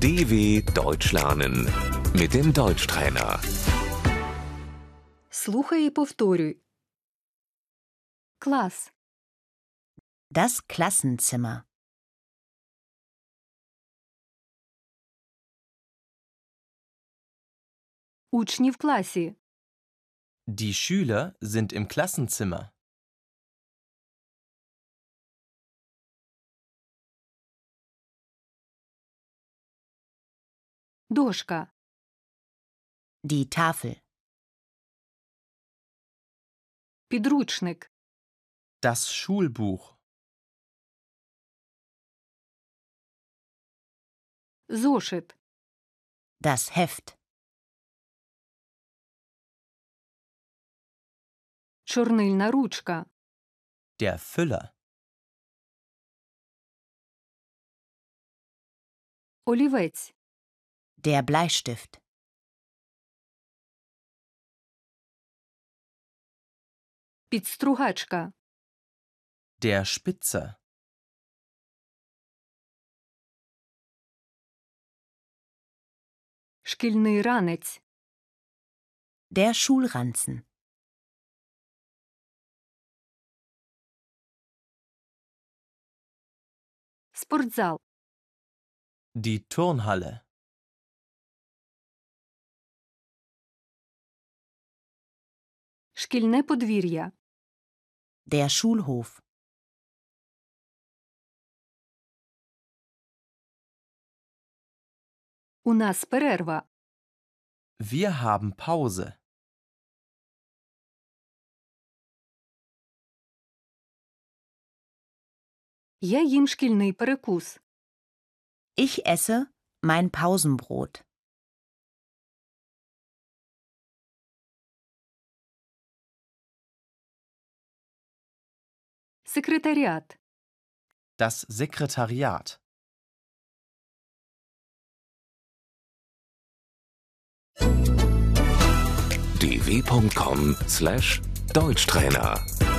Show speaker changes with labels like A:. A: DW Deutsch lernen mit dem Deutschtrainer.
B: Слухай і повторюй. Клас,
C: Das Klassenzimmer.
B: учні в класі,
D: Die Schüler sind im Klassenzimmer.
B: дошка,
C: Die Tafel.
B: підручник,
D: Das Schulbuch.
B: зошит,
C: Das Heft.
B: чорнильна ручка,
D: Der Füller.
B: олівець,
C: Der Bleistift.
B: підстругачка,
D: Der Spitzer.
B: шкільний ранець,
C: Der Schulranzen.
B: спортзал,
D: Die Turnhalle.
B: шкільне подвір'я,
C: Der Schulhof.
B: у нас перерва,
D: Wir haben Pause.
B: я їм шкільний перекус,
C: Ich esse mein Pausenbrot.
B: секретаріат,
D: Das Sekretariat.
A: dw.com/deutschtrainer